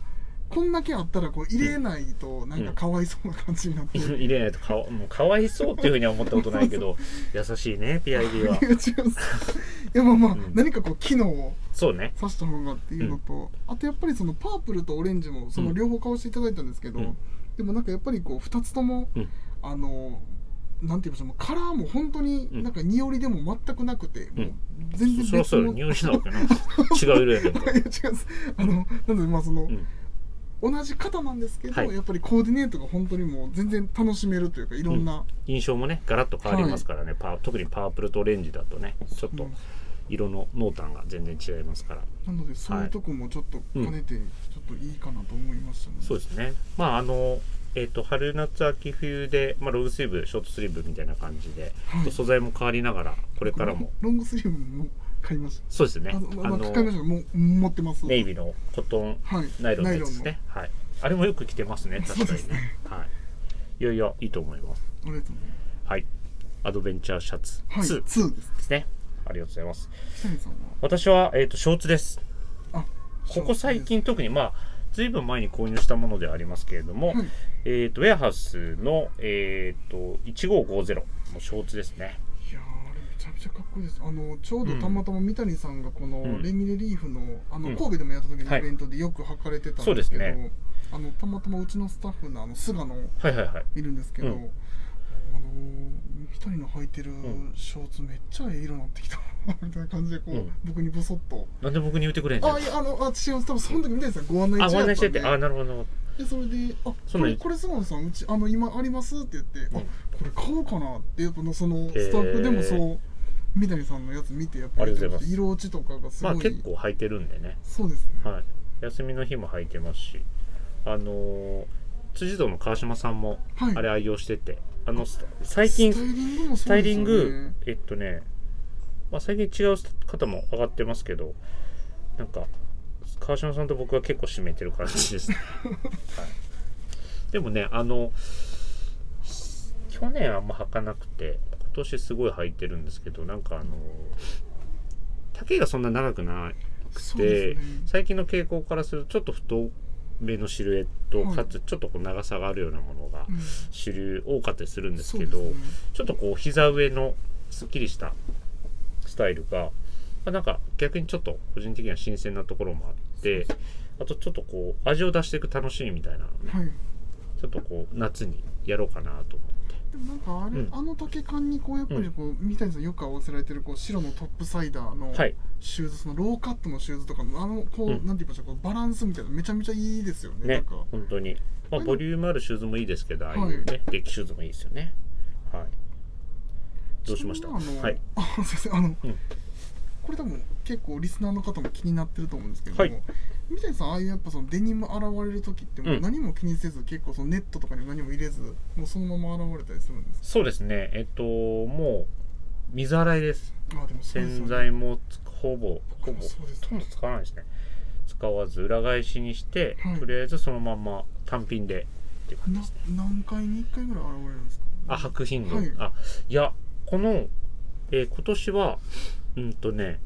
S2: こんだけあったらこう入れないとなんかかわいそうな感じになっ て、
S1: 入れないとかわもうかわいそうっていうふうには思ったことないけ ど優しいね PID はい
S2: や違うんですいやまあまあ、
S1: うん
S2: 何かこう機能を
S1: そうね
S2: 刺した方がっていうのと、あとやっぱりそのパープルとオレンジもその両方買わせていただいたんですけど、
S1: うん
S2: でもなんかやっぱりこう2つとも、
S1: うん
S2: あのなんて言いましょうもうカラーも本当に
S1: うん
S2: なんか匂りでも全くなくて、
S1: うん
S2: もう全然
S1: そろそろ
S2: の
S1: 匂いなわけな違う色やねんか
S2: いや違うんですあのなのでまあその、
S1: うん
S2: 同じ型なんですけど、
S1: はい
S2: やっぱりコーディネートが本当にもう全然楽しめるというかいろんな、
S1: 印象もねガラッと変わりますからね、パー特にパープルとオレンジだとねちょっと
S2: うん
S1: 色の濃淡が全然違いますから
S2: なのでそういうとこもちょっと兼ねてちょっといいかなと思いましたね、
S1: そうですねまああのえっと春夏秋冬で、まあ、ロングスリーブショートスリーブみたいな感じで、
S2: はい
S1: 素材も変わりながらこれからも
S2: ロングスリーブも買いまし
S1: そうです
S2: た、
S1: ね
S2: あ
S1: あ
S2: のまあ
S1: の
S2: 買いましたもう持ってます
S1: ネイビーのコットン
S2: はい
S1: ナイロンのやつです
S2: ナイ
S1: ねはいあれもよく着てます ね確かにねはいいやいやいいと思います
S2: ロンのありがとうございます
S1: はいアドベンチャーシャツ
S2: はい
S1: 2
S2: 2
S1: で
S2: です
S1: すね、ありがとうございます
S2: 北谷さんは
S1: 私は、えっとショーツです
S2: あ
S1: ここ最近特にまあ随分前に購入したものではありますけれども、
S2: はい
S1: えー、とウェアハウスの、えー、と1550のショーツですね
S2: いやーあれめちゃめちゃかっこいいですあのちょうどたまたま三谷さんがこ
S1: う
S2: の
S1: ん
S2: レミレリーフの,、あ
S1: うん
S2: の神戸でもやった時
S1: は
S2: の
S1: い
S2: イベントでよく履かれてたん
S1: そうで
S2: ですすけど、
S1: ね
S2: あのたまたまうちのスタッフのあの菅野
S1: はいはいはい
S2: いるんですけど、
S1: うん
S2: あの三谷の履いてる
S1: ん
S2: ショーツめっちゃええ色になってきた みたいな感じでこう、
S1: うん
S2: 僕にボソッと
S1: なんで僕に言ってくれへん
S2: 「
S1: じゃ
S2: あいやあのあ違います多分その時三谷さんご案
S1: あご
S2: 内中
S1: 案
S2: や
S1: 内
S2: っ
S1: したて
S2: ん
S1: て
S2: で
S1: あなるほどなるほ
S2: でそれで「あ
S1: そんな
S2: これ
S1: に
S2: これ菅野さんうちあの今あります」って言って
S1: う
S2: 「
S1: ん
S2: あこれ買おうかな」ってやっぱのその
S1: へー
S2: スタッフでもそう三谷さんのやつ見てやっぱ
S1: ありがとうございます
S2: 色落ちとかがす
S1: どま
S2: ごい、
S1: あ結構履いてるんでね
S2: そうですね
S1: はい休みの日も履いてますしあのー辻堂の川島さんも
S2: はい
S1: あれ愛用してて、あのス最近
S2: スタイリングも
S1: ス
S2: そ
S1: タ
S2: う
S1: イ
S2: で
S1: リン
S2: すよ
S1: グ
S2: ね、
S1: えっとね、まあ、最近違う方も上がってますけど、なんか、川島さんと僕は結構締めてる感じ です、ねはい。でもね、あの、去年あんま履かなくて、今年すごい履いてるんですけど、なんかあの、丈がそんな長くなく
S2: そう
S1: て、
S2: ですね
S1: 最近の傾向からすると、ちょっと太めのシルエット、
S2: はい
S1: かつちょっとこう長さがあるようなものが
S2: うん
S1: 主流、多かったりするんです
S2: そ
S1: け
S2: う
S1: ど、
S2: ですね
S1: ちょっとこう膝上のすっきりしたスタイルが、まあなんか逆にちょっと個人的には新鮮なところもあってあとちょっとこう味を出していく楽しみみたいなのね
S2: はい
S1: ちょっとこう夏にやろうかなと思って
S2: でもなんかあれ、
S1: うん
S2: あの丈感にこうやっぱりこう、三谷さんよく合わせられてるこう白のトップサイダーの
S1: はい
S2: シューズ、そのローカットのシューズとかのあのこう、
S1: うん
S2: なんて言いましょうこうバランスみたいなのめちゃめちゃいいですよねな
S1: ね
S2: んか
S1: 本当に、まあ、ボリュームあるシューズもいいですけどああい
S2: は
S1: う
S2: い
S1: ねデッキシューズもいいですよねはいどうしました
S2: そんなあの、
S1: はい
S2: あすいませんあの、
S1: ん
S2: これ多分結構リスナーの方も気になってると思うんですけども、
S1: はい
S2: 三谷さんああいうやっぱそのデニム現れる時ってもううん何も気にせず、結構そのネットとかにも何も入れずもうそのまま現れたりするんです
S1: そうですねえっともう水洗いです
S2: かあでもそうで
S1: 洗
S2: すよね
S1: 剤もつほぼほぼ
S2: そうです
S1: ほとんど使わないですね使わず裏返しにして、
S2: はい
S1: とりあえずそのまんま単品でっていう感じですね
S2: な何回に1回ぐらい現れるんですか
S1: あ白品の、
S2: はい
S1: あいやこの、えー今年はうんとね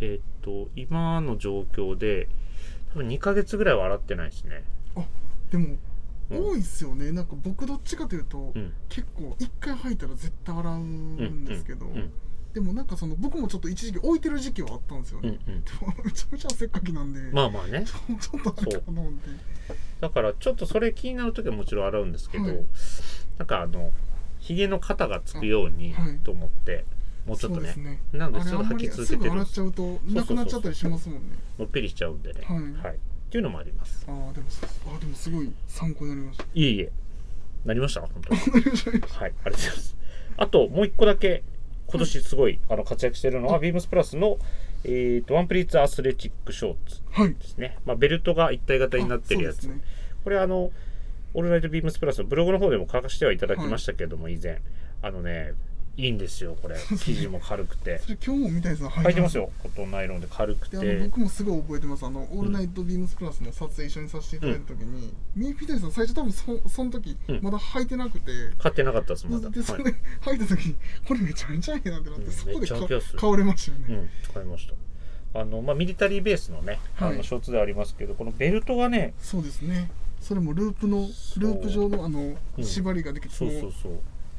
S1: えーっと今の状況で多分2ヶ月ぐらいは洗ってないですね
S2: でも、
S1: うん
S2: 多いっすよねなんか僕どっちかというと、
S1: うん
S2: 結構1回履いたら絶対洗うんですけど、
S1: うんうん
S2: でもなんかその僕もちょっと一時期置いてる時期はあったんですよ
S1: うん
S2: ね、
S1: うん
S2: でもめちゃめちゃせっかきなんで、
S1: まあまあね
S2: ちょちょっとあれかななんで
S1: だからちょっとそれ気になる時はもちろん洗うんですけど、
S2: はい
S1: なんかあのひげの肩がつくように
S2: あはい
S1: と思って、もうちょっと
S2: そうで
S1: ね
S2: すね
S1: な
S2: あ
S1: の
S2: れ
S1: でち
S2: あ
S1: ょっ
S2: ん
S1: と
S2: ま
S1: 履き
S2: り
S1: 続け
S2: す
S1: て
S2: ぐ
S1: るん
S2: 洗
S1: で
S2: っ
S1: す
S2: ちゃうとなくなっちゃったりしますもんね
S1: のっぺりしちゃうんでね、
S2: はい
S1: はい、っていうのもあります
S2: ああでもそうあーでもすごい参考になりました
S1: いえいえなりました本 当に
S2: なりました
S1: はいありがとうございますあともう一個だけ今年すごい、あの活躍してるのは、ビームスプラスの、えー、とワンプリーツアスレチックショーツ
S2: はい
S1: ですね、まあ、ベルトが一体型になってるや
S2: あ
S1: つ、
S2: そうですね
S1: これあのオールナイトビームスプラスのブログの方でも書かせてはいただきましたけども、以前あのねいいんですよこ れ生地も軽くて
S2: それ今日もみたいさん
S1: 履いてますよコットンナイロンで軽く
S2: であの
S1: て
S2: 僕もすごい覚えてますあの「オールナイトビームスプラス」の撮影一緒にさせていただいた時に、ミーピタリさん最初多分そその時
S1: うん
S2: まだ履いてなくて、
S1: 買ってなかったですまだ、
S2: でそ
S1: はい
S2: れ、履いた時にこれめちゃめちゃええなってなって、
S1: うん
S2: そこ
S1: めっ
S2: で
S1: ちゃ
S2: か
S1: 履きやすい
S2: 買われましたよね、
S1: うん、買いました。あの、まあ、ミリタリーベースのね、あ
S2: は
S1: の、
S2: い
S1: ショーツではありますけど、このベルトがね、
S2: そうですねそれもループの
S1: そう
S2: ループ状のあの
S1: うん
S2: 縛りができて、
S1: そうそ
S2: そうの
S1: そう、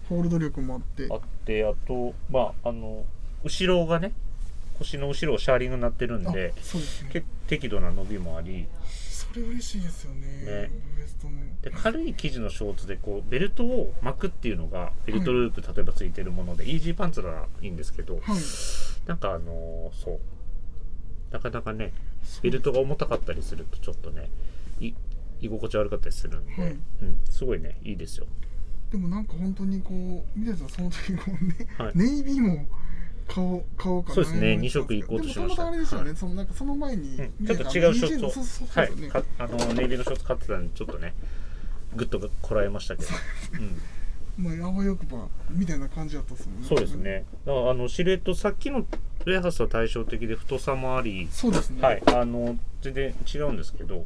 S2: ホールド力もあって
S1: あって、あと、まあ、あの、後ろがね、腰の後ろがシャーリングになってるん
S2: あ
S1: で、
S2: そうですね
S1: け適度な伸びもあり、
S2: それ嬉しいですよね
S1: ね
S2: ウエストの
S1: で軽い生地のショーツでこうベルトを巻くっていうのがベルトループ例えばついてるもので、イージーパンツならいいんですけど
S2: はい
S1: なんかあのーそうなかなかねベルトが重たかったりするとちょっとねい居心地悪かったりするんで、
S2: はい
S1: うん、すごいねいいですよ
S2: でもなんか本当にこう三谷さんその時こうね、
S1: はい
S2: ネイビーも顔顔か
S1: そうですね
S2: 悩まれてたん
S1: 二色
S2: け
S1: 行
S2: ど
S1: こうとしました
S2: でもたまたまあれですよね、
S1: は
S2: そのなんかその前に、
S1: うん
S2: ね
S1: ちょっと違うショ
S2: あの EJ
S1: ッ
S2: のそうそう
S1: ト
S2: そう
S1: は
S2: そうね
S1: いかあのネイビーのショット買ってたんでちょっとねグッとこらえました けど、うん、
S2: まあ、あわよくばみたいな感じだったっすもんね
S1: そうですねだからあのシルエットさっきのレハスは対照的で太さもあり
S2: そうですね
S1: はい、あの全然違うんですけど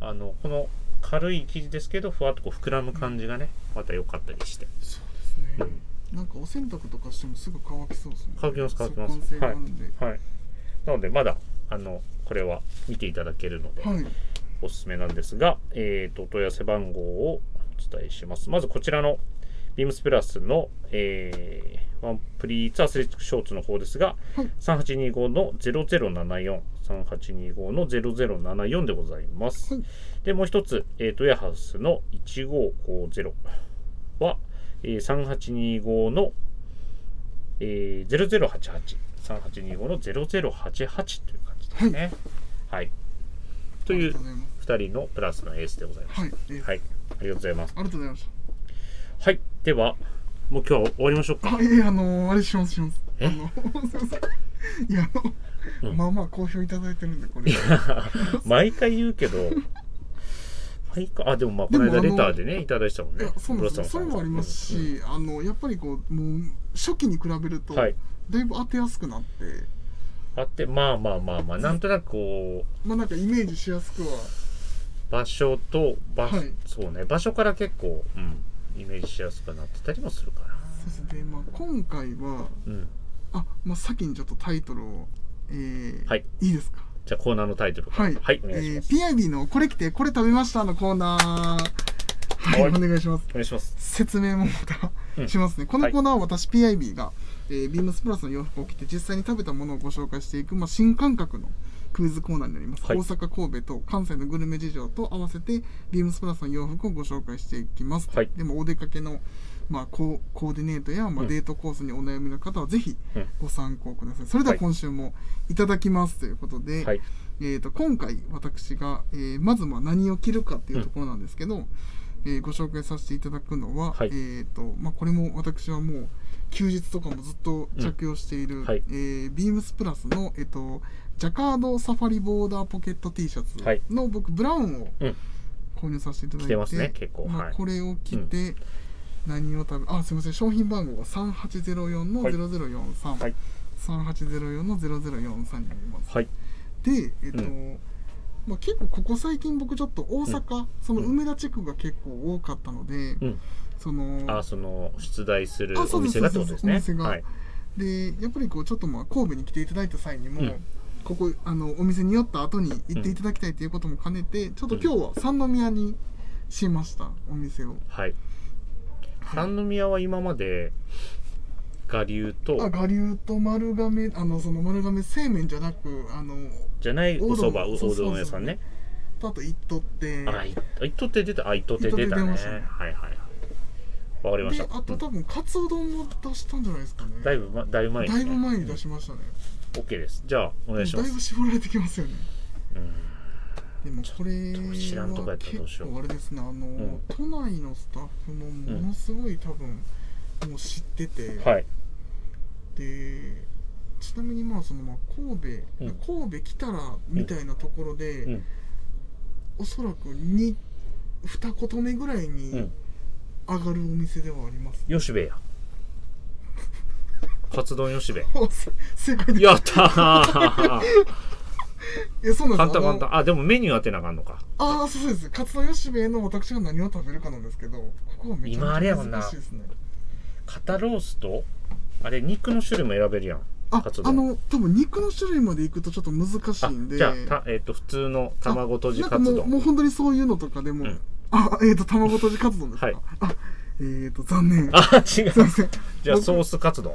S1: あのこの軽い生地ですけどふわっとこう膨らむ感じがねまた良かったりして、
S2: そうですね、
S1: うん
S2: なんかお洗濯とかしてもすぐ乾きそうですね
S1: 乾きます乾きます
S2: 速乾性があるんで
S1: はい、なのでまだあのこれは見ていただけるので
S2: はい、
S1: おすすめなんですが、えー、とお問い合わせ番号をお伝えしますまずこちらのビームスプラスの、えーワンプリーツアスレチックショーツの方ですが、
S2: はい
S1: 3825の00743825の0074でございます、
S2: はい
S1: で、もう一つ、えー、トヤハウスの1550は、えー、3825の、えー、0088、3825の0088という感じですね。はい。と
S2: あり
S1: いう
S2: がとうございます
S1: 2人のプラスのエースでございます。
S2: はい、えー
S1: はい。ありがとうございます。
S2: ありがとうございまし
S1: はい。では、もう今日は終わりましょう
S2: た
S1: か。
S2: あいえあのー、あれしますします
S1: え
S2: あの すいませんいやあの、
S1: うん
S2: まあまあ好評いただいてるんでこれは
S1: 毎回言うけど、毎回、あ、でもまあ、この間
S2: で
S1: レ
S2: もあの
S1: ターでね、いただいてたもん
S2: い
S1: ね
S2: や。そうなんですよそれもありますし、
S1: うん
S2: あのやっぱりこうもう初期に比べると、
S1: はい
S2: だいぶ当てやすくなって
S1: あってまあまあまあまあなんとなくこう
S2: まあなんかイメージしやすくは
S1: 場所と場、
S2: はい
S1: そうね場所から結構、うん、イメージしやすくなってたりもするかな
S2: そして、まあ、今回は
S1: うん、
S2: あ、まあ、先にちょっとタイトルを、えー
S1: はい、
S2: いいですか
S1: じゃあコーナーのタイトルから
S2: はい、
S1: はいお
S2: え
S1: 願いしま
S2: ー、
S1: す、
S2: PIB の「これ来てこれ食べました」のコーナーはい、
S1: はい
S2: お願いします
S1: お願いします
S2: 説明もま
S1: う
S2: た
S1: ん
S2: しますね、こ
S1: は
S2: の
S1: い
S2: コーナーは私 PIB が、えー、ビームスプラスの洋服を着て実際に食べたものをご紹介していく、まあ、新感覚のクイズコーナーになります、
S1: はい
S2: 大阪神戸と関西のグルメ事情と合わせてビームスプラスの洋服をご紹介していきます、
S1: はい
S2: でもお出かけのまあ、コーコーディネートや、ま
S1: う
S2: あ、
S1: ん
S2: デートコースにお悩みの方はぜひ
S1: うん
S2: ご参考ください、それでは今週もいただきますということで、
S1: はい
S2: えー、と今回私が、えーまずまあ何を着るかっていうところなんですけど、えーご紹介させていただくのは、
S1: はい
S2: えーとまあ、これも私はもう休日とかもずっと着用してい
S1: う
S2: る、
S1: んはい
S2: えービームスプラスの、えー、とジャカードサファリボーダーポケット T シャツ
S1: はい
S2: の、僕ブラウンを
S1: うん
S2: 購入させていただい
S1: 着
S2: て,、
S1: てますね結構
S2: まあ
S1: はい
S2: これを着て、何を食べあすみません商品番号が3804の0043、
S1: はい
S2: 3804の0043になります。
S1: はい
S2: で、えっと
S1: う
S2: まあ、結構ここ最近僕ちょっと大阪、その梅田地区が結構多かったので、
S1: うん
S2: その
S1: あその出題する
S2: あそ
S1: お
S2: うです
S1: 店がってことですね
S2: そうですお店が
S1: はい
S2: でやっぱりこうちょっとまあ神戸に来ていただいた際にも、
S1: うん
S2: ここあのお店に寄った後に行っていただきたいということも兼ねて、ちょっと今日は三宮にしましたお店を。
S1: はい三宮は今まで我流
S2: あ
S1: と
S2: 我流と丸亀あのその丸亀製麺じゃなくあの
S1: じゃないおそば
S2: おう
S1: お
S2: どん
S1: うどん屋さんね
S2: あと一とって
S1: あいあいっとって出たあいっとって出た
S2: いっとって出
S1: ね
S2: ましたね
S1: はいはいはいわかりまし
S2: で
S1: た
S2: あ
S1: う
S2: と
S1: ん
S2: 多分カツオ丼も出したんじゃないですかね。
S1: だいぶまだいぶ前です
S2: だい
S1: ね
S2: ぶ前に出しましたね。
S1: OK ですじゃあお
S2: だ
S1: 願
S2: い
S1: いします
S2: ぶ絞られてきますよね。
S1: うん
S2: でもこれ
S1: ちょっと知らんとこや
S2: は
S1: ったらどうし
S2: 結
S1: よう
S2: 構あれですね、あの、
S1: ん
S2: 都内のスタッフもものすごい多分、もう知ってて、
S1: はい
S2: で、ちなみにまあそのまあ神戸、神戸来たらみたいなところで、
S1: うん
S2: おそらくに2言目ぐらいうに
S1: ん
S2: 上がるお店ではあります。
S1: 吉兵衛やカツ丼吉兵衛
S2: おせ正解です。
S1: やった ー
S2: え、そうなん
S1: 簡
S2: です
S1: 単
S2: あの
S1: 簡単あでもメニュー当てなあかんのか
S2: ああ、そうです。カツオ吉兵衛の私が何を食べるかなんですけど、ここはめちゃ
S1: 今あ
S2: め
S1: れ
S2: ち
S1: やも
S2: ゃ
S1: んな
S2: 難しいですね。
S1: 肩ロースとあれ肉の種類も選べるやん
S2: あ
S1: カツ、丼
S2: あの、多分肉の種類まで行くとちょっと難しい
S1: あ
S2: んで。
S1: じゃあた、えっと普通の卵とじカツ
S2: なんかもうも
S1: 丼
S2: う本当にそういうのとかでも、
S1: うん
S2: あ、えっ、ー、と、卵とじカツ丼ですか。
S1: はい
S2: あ、えっ、ー、と、残念。
S1: あ違う
S2: すいません。
S1: じゃあ
S2: 僕
S1: ソースカツ丼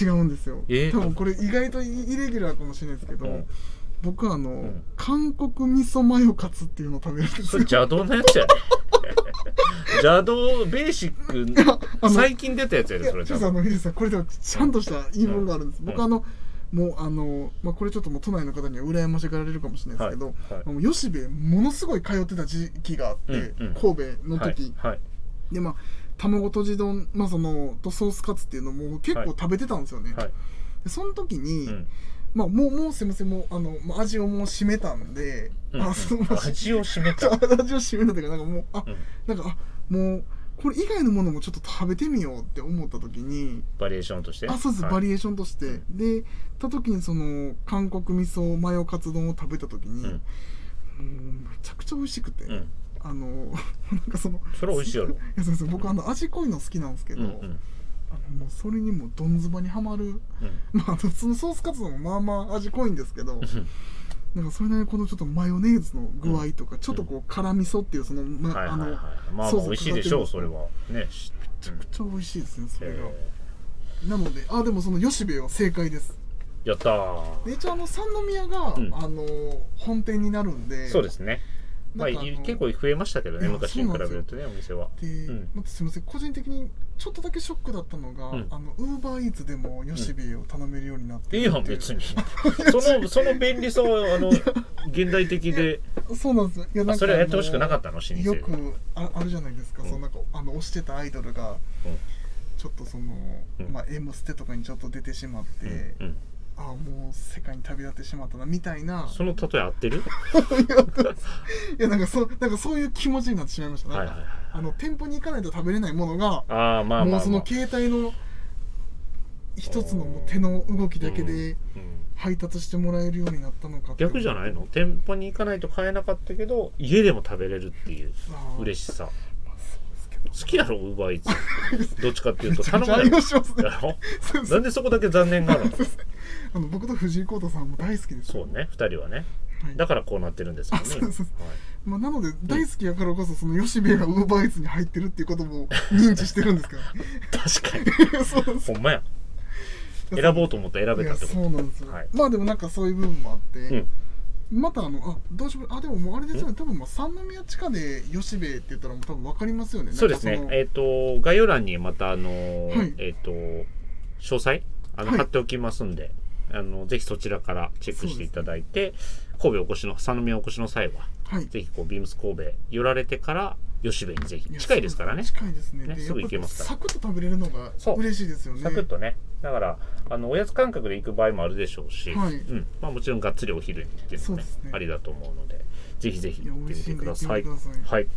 S2: 違うんですよ。
S1: えー
S2: 多分これ意外とイイレギュラーかもしれないですけど、
S1: うん
S2: 僕はあの、
S1: ん
S2: 韓国味噌マヨカツっていうのを食べるんです
S1: そ
S2: よ
S1: れ。邪道のやつやね 邪道ベーシッ
S2: あ
S1: ク
S2: の
S1: 最近出たやつや
S2: い
S1: で
S2: や
S1: それ
S2: ち
S1: 多
S2: ょっとあ
S1: 分
S2: の皆さんこれではちゃんとした言い分があるんです、
S1: うん
S2: 僕あのもうあの、まあ、これちょっともう都内の方には羨ましがられるかもしれないですけど、
S1: はいはい
S2: もう吉兵衛ものすごい通ってた時期があって、
S1: うんうん
S2: 神戸の時、
S1: はいはい
S2: でまあ卵とじ丼、まあ、そのとソースカツっていうのも結構
S1: はい
S2: 食べてたんですよね、
S1: はい
S2: でその時に、
S1: うん
S2: まあもうもうすいませんもうあのまあ味をもう締めたんで、
S1: うんうん
S2: あそうまあ
S1: 味を占め
S2: ちょ
S1: た。
S2: 味を締めたというかなんかもうあ、
S1: うん
S2: なんかあもうこれ以外のものもちょっと食べてみようって思った時に
S1: バリエーションとして。
S2: あそうです、
S1: はい
S2: バリエーションとして、でた時にその韓国味噌マヨカツ丼を食べた時に、
S1: うん
S2: もうめちゃくちゃ美味しくて、
S1: うん。
S2: あの なんかその
S1: それは美味しいやろ
S2: い。やそうそう僕あの味濃いの好きなんですけ
S1: うん
S2: ど、
S1: うんうん。
S2: あのもうそれにもうどんずばにはまる まああのそのソースカツ丼もまあまあ味濃いんですけどなんかそれなりにこのちょっとマヨネーズの具合とか、ちょっとこう辛味噌っていうその、ま
S1: はいはいはい
S2: あのめっ。
S1: まあ
S2: ソ
S1: ま
S2: ー
S1: あ
S2: ス
S1: 美味しいでしょ
S2: か
S1: う、そ
S2: かって
S1: れ
S2: る
S1: は。ね。しうん
S2: ちゃ美味しいですねそれが、
S1: え
S2: なのであでもその吉兵衛は正解です
S1: ーやった
S2: で
S1: ー。
S2: 一応あの三宮が、
S1: うん
S2: あの本店になるんで
S1: そうですね。まあ、
S2: なんかあ
S1: い
S2: の
S1: 結構増えましたけど
S2: い
S1: ね、
S2: や
S1: 昔に比べるとね、お店は。
S2: で、
S1: ん
S2: まあすみません個人的にちょっとだけショックだったのが、
S1: うん
S2: あのウーバーイーツでも吉兵衛を頼めるようになって
S1: いい
S2: る
S1: や
S2: って
S1: ん、別 に。そ
S2: 別
S1: の、その便利さは、あの、現代的で、
S2: そうなんですよいや
S1: あそれはやってほしくなか
S2: っ
S1: ったの、老舗
S2: よ
S1: で。
S2: くああるじゃないですか、
S1: うん
S2: そのなんかあの推してたアイドルが、
S1: うん
S2: ちょっとその、
S1: うん
S2: まあ、M ステとかにちょっと出てしまって、
S1: うんうん
S2: ああもう世界に旅立ってしまったなみたいな
S1: その例え合ってる
S2: いやなんかそうなんかそういう気持ちになってしまいました、ね
S1: はいはいはい。
S2: あの店舗に行かないと食べれないものが
S1: ああ、まあまあま
S2: も
S1: あ。
S2: うその携帯の一つのもう手の動きだけで
S1: うん
S2: 配達してもらえるようになったのか
S1: 逆じゃないの店舗に行かないと買えなかったけど、家でも食べれるっていう
S2: しい
S1: 嬉しさ。
S2: ですけど
S1: 好きやろ、ウーバーイーツ。どっちかっていう
S2: め
S1: と、
S2: ち
S1: 頼
S2: ゃめち
S1: ま
S2: ゃ
S1: ない
S2: 愛。用しますね
S1: やろ
S2: そうです
S1: なんでそこだけ残念があるの
S2: あの僕と藤井聡太さんも大好きです
S1: そうね、二人はね。
S2: はい
S1: だからこうなってるんですもんね
S2: あそうそう。
S1: はい
S2: まあ、なので大好きやからこそその吉兵衛がウーバーイーツに入ってるっていうことも認知してるんですか
S1: 確かに。
S2: らそうなんです
S1: ほんまや。選ぼうと思ったら選べ
S2: い
S1: た
S2: や
S1: ってこ
S2: そ
S1: と。
S2: うなんですよ、
S1: はい
S2: まあでもなんかそういう部分もあって、
S1: うん
S2: またあのあどうしようあでももうあれですよね多分まあ三宮地下で吉兵衛って言ったらもう多分分かりますよね
S1: そうですね
S2: なん。か
S1: えっ、と、概要欄にまた、あのー
S2: はい
S1: えっ、と、詳細、あの、
S2: はい
S1: 貼っておきますんで、あの、ぜひそちらからチェックしていただいて、神戸お越しの、佐野宮お越しの際は、
S2: そのはい
S1: ぜひこう、ビームス神戸寄られてから、吉部にぜひ
S2: い、や
S1: 近いですからね。
S2: そうですね近いですね
S1: ね
S2: です
S1: ぐ行けますから
S2: やっぱりサクッと食べれるのが
S1: そう
S2: 嬉しいですよね
S1: サクッとね。だから、あの、おやつ感覚で行く場合もあるでしょうし、
S2: はい
S1: うん。まあもちろんがっつりお昼にっていうの
S2: そ
S1: も
S2: うで
S1: ね
S2: すね、
S1: ありだと思うので、ぜひぜひ
S2: いや
S1: 行っ
S2: 美
S1: て
S2: 味
S1: み
S2: しい
S1: て
S2: んで
S1: く
S2: 行
S1: だ
S2: って
S1: さ
S2: み
S1: い
S2: てく。ださい、
S1: はい。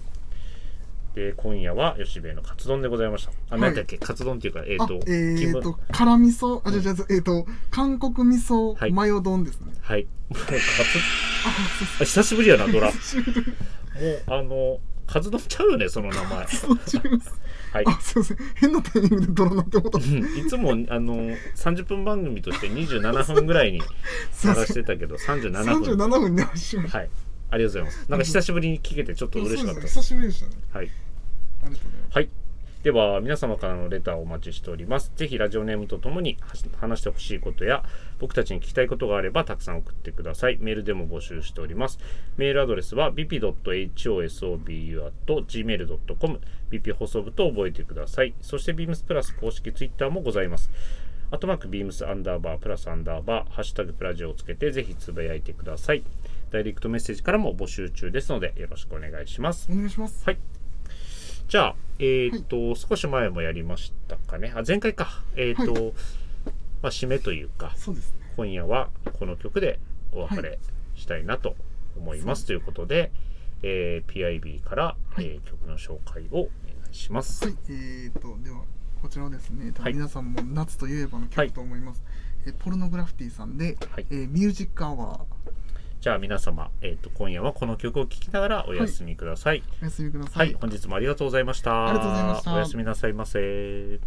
S1: で、今夜は吉兵衛のカツ丼でございました。あ、
S2: はい
S1: なんだっけ、カツ丼っていうか、えっ、
S2: あ
S1: と、
S2: え
S1: キ
S2: ー
S1: ム
S2: と辛味噌あじゃあじゃあえーと韓国味
S1: は
S2: 噌
S1: い
S2: マヨ丼ですね、
S1: はい。 もうカツ、
S2: あそう
S1: あ久しぶりやな、ドラ。も
S2: そうそう
S1: う、あの、カツ丼ちゃうよね、その名前。
S2: 違います
S1: はい。
S2: あすいません変なタイミングでドラなって思った
S1: うんいつも、あの、30分番組として27分ぐらいに
S2: すい
S1: 鳴
S2: ま
S1: らし
S2: せん
S1: てたけど、37分。
S2: 37分に話しました
S1: はい。ありがとうございます。なんか久しぶりに聞けてちょっと嬉しかった
S2: そう
S1: で。
S2: ですすね久しぶりでしたね
S1: はい。
S2: ありがとうございます
S1: はい。では、皆様からのレターをお待ちしております。ぜひ、ラジオネームとともにはし話してほしいことや、僕たちに聞きたいことがあれば、たくさん送ってください。メールでも募集しております。メールアドレスは、bp.hosobu.gmail.com、bp 放送部と覚えてください。そして、beams プラス公式ツイッターもございます。あとマーク、ビームスアンダーバー、プラスアンダーバー、ハッシュタグプラジオをつけて、ぜひつぶやいてください。ダイレクトメッセージからも募集中ですので、よろしくお願いします。
S2: お願いします
S1: はい。じゃあ、えっ、と、少し前もやりましたかね。あ、前回か。えっ、と、
S2: は
S1: まあ、締めというか、
S2: そうですね
S1: 今夜はこの曲でお別
S2: は
S1: れしたいなと思います。ということで、えー PIB から、
S2: はい
S1: えー曲の紹介をお願いします。
S2: はい、えー、とではこちらをですね、多
S1: はい
S2: 分皆さんも夏といえばの
S1: はい
S2: 曲と思います、えーポルノグラフィティさんで、
S1: はい
S2: えーミュージックアワー
S1: じゃあ、皆様、えっ、と、今夜はこの曲を聴きながらお休みください。
S2: おやすみくださ、
S1: はいい、本日もありがとうございました。
S2: ありがとうございました
S1: おやすみなさいませ。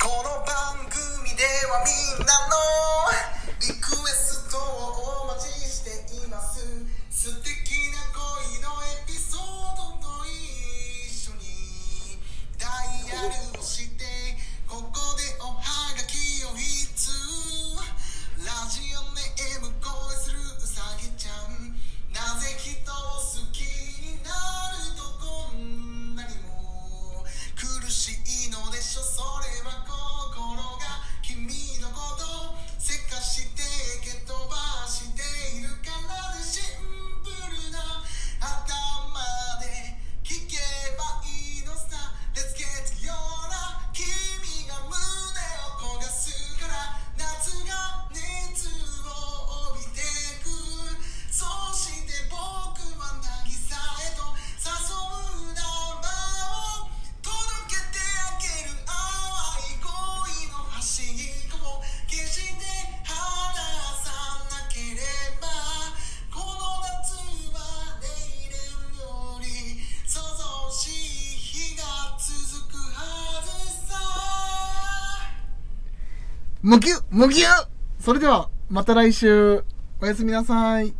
S3: この番組ではみんなのリクエストをお待ちしています素敵な恋のエピソードと一緒にダイヤルをしてここでおはがきを一通ラジオネーム恋するうさぎちゃんなぜ人を好きになるとこんなにも苦しいのでしょそれは心が君のことせかしてけど
S2: むぎゅむぎゅそれでは、また来週。おやすみなさい。